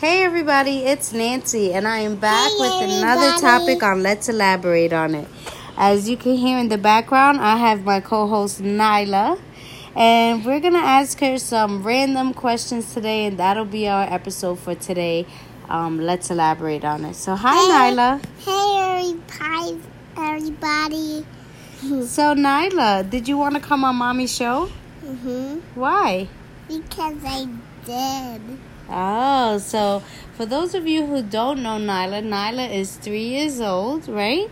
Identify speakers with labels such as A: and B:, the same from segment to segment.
A: Hey everybody, it's Nancy, and I am back
B: Hey,
A: with another
B: everybody.
A: topic on Let's Elaborate on It. As you can hear in the background, I have my co host Nyla, and we're gonna ask her some random questions today, and that'll be our episode for today. Um, let's elaborate on it. So, hi
B: Hey.
A: Nyla.
B: Hey, everybody. everybody.
A: So, Nyla, did you want to come on Mommy's show?
B: Mm-hmm.
A: Why?
B: Because I did.
A: Oh, so for those of you who don't know Nyla, Nyla is three years old, right?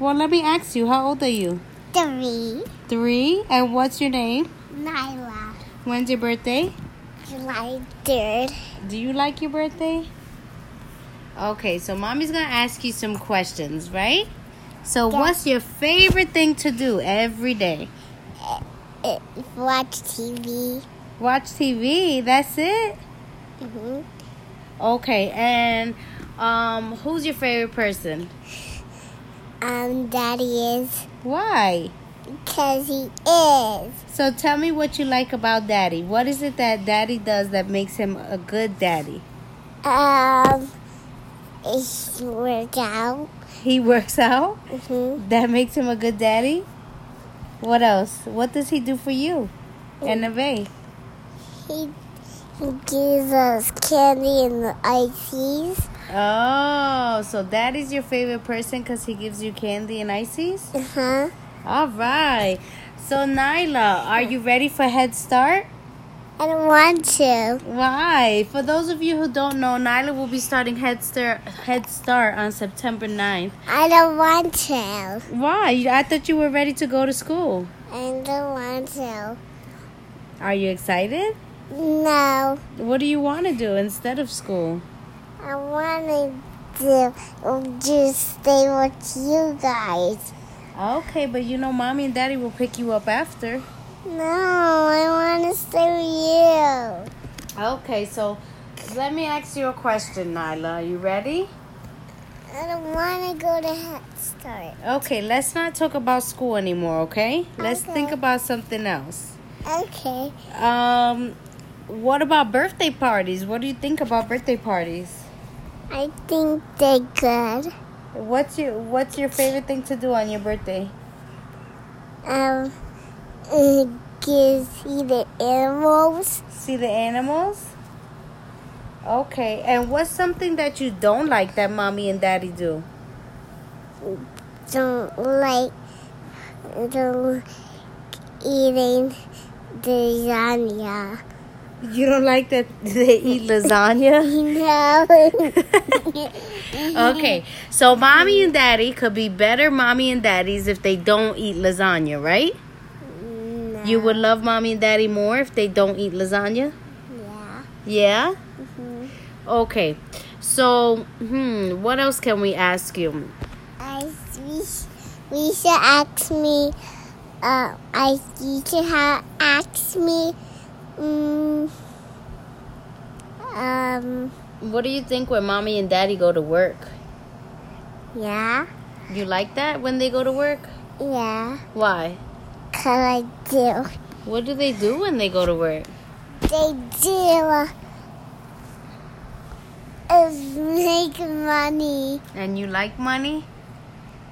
A: Well, let me ask you, how old are you?
B: Three.
A: Three, and what's your name?
B: Nyla.
A: When's your birthday?
B: July 3rd.
A: Do you like your birthday? Okay, so mommy's gonna ask you some questions, right? So,
B: Yeah.
A: what's your favorite thing to do every day?
B: It, watch TV.
A: Watch TV, that's it?
B: Mm-hmm.
A: Okay, and um, who's your favorite person?
B: Um, Daddy is.
A: Why?
B: Because he is.
A: So tell me what you like about daddy. What is it that daddy does that makes him a good daddy?
B: Um, it's work out.
A: He works out.
B: Mm-hmm.
A: That makes him a good daddy. What else? What does he do for you and obey?
B: He, he gives us candy and the ices.
A: Oh, so daddy's your favorite person because he gives you candy and ices?
B: Uh-huh.
A: All right. So, Nyla, are you ready for Head Start?
B: I don't want to.
A: Why? For those of you who don't know, Nyla will be starting Head Start, Head Start on September 9th.
B: I don't want to.
A: Why? I thought you were ready to go to school.
B: I don't want to.
A: Are you excited?
B: No,
A: What do you want to do instead of school?
B: I want to just stay with you guys.
A: Okay, but you know, mommy and daddy will pick you up after.
B: No, I want to stay with
A: Okay, so let me ask you a question, Nyla. Are you ready?
B: you. I don't want to go to Head Start.
A: Okay, let's not talk about school anymore, okay? Let's
B: Okay.
A: think about something else.
B: Okay.
A: Um, what about birthday parties? What do you think about birthday parties?
B: I think they're good.
A: What's your What's your favorite thing to do on your birthday?
B: Um, it gives you the animals.
A: See the animals? Okay, and what's something that you don't like that mommy and daddy do?
B: Don't like the eating the lasagna.
A: You don't like that they eat lasagna?
B: No.
A: okay, so mommy and daddy could be better mommy and daddies if they don't eat lasagna, right?
B: no.
A: You would love mommy and daddy more if they don't eat lasagna?
B: Yeah.
A: Yeah? Mm-hmm.
B: hmm
A: Okay, so, hmm, what else can we ask you?
B: I we, sh- we should ask me. Uh, I you should have asked me. Um. Um.
A: What do you think when mommy and daddy go to work?
B: Yeah.
A: You like that when they go to work?
B: Yeah.
A: Why?
B: Cause I do.
A: What do they do when they go to work?
B: They do. Uh, make money.
A: And you like money?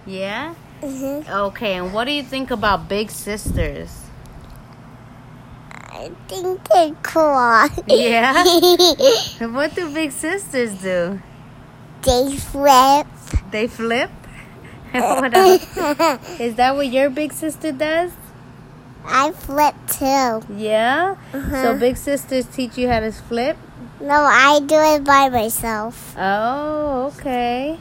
A: Yeah?
B: hmm
A: Okay, and what do you think about big sisters?
B: I think they're cool.
A: Yeah? And what do big sisters do?
B: they flip.
A: They flip? what else? Is that what your big sister does?
B: I flip too.
A: Yeah? So
B: Uh-huh.
A: big sisters teach you how to flip?
B: No, I do it by myself.
A: Oh, okay.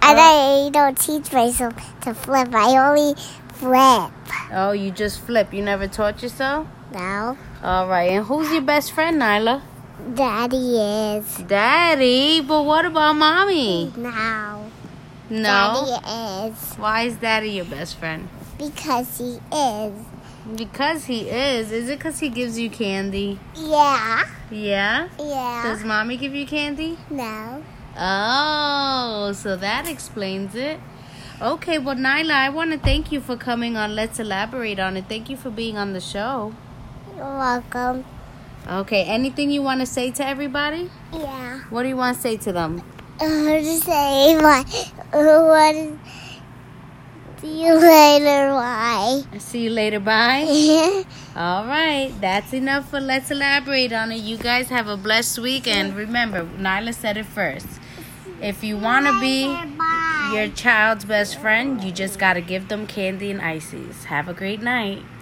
B: And I don't teach myself to flip. I only flip.
A: Oh, you just flip. You never taught yourself?
B: No.
A: All right, and who's your best friend, Nyla?
B: Daddy is.
A: Daddy, but what about mommy?
B: No.
A: No.
B: Daddy is.
A: Why is daddy your best friend?
B: Because he is.
A: Because he is. Is it because he gives you candy?
B: Yeah.
A: Yeah.
B: Yeah.
A: Does mommy give you candy?
B: No.
A: Oh, so that explains it. Okay, well, Nyla, I want to thank you for coming on Let's Elaborate on It. Thank you for being on the show.
B: You're welcome.
A: Okay, anything you want to say to everybody?
B: Yeah.
A: What do you want to say to them?
B: How to say why? What is? See you later. Why?
A: See you later. Bye. All right. That's enough for Let's Elaborate on it. You guys have a blessed week. And remember, Nyla said it first. If you want to be
B: Bye.
A: your child's best friend, you just got to give them candy and ices. Have a great night.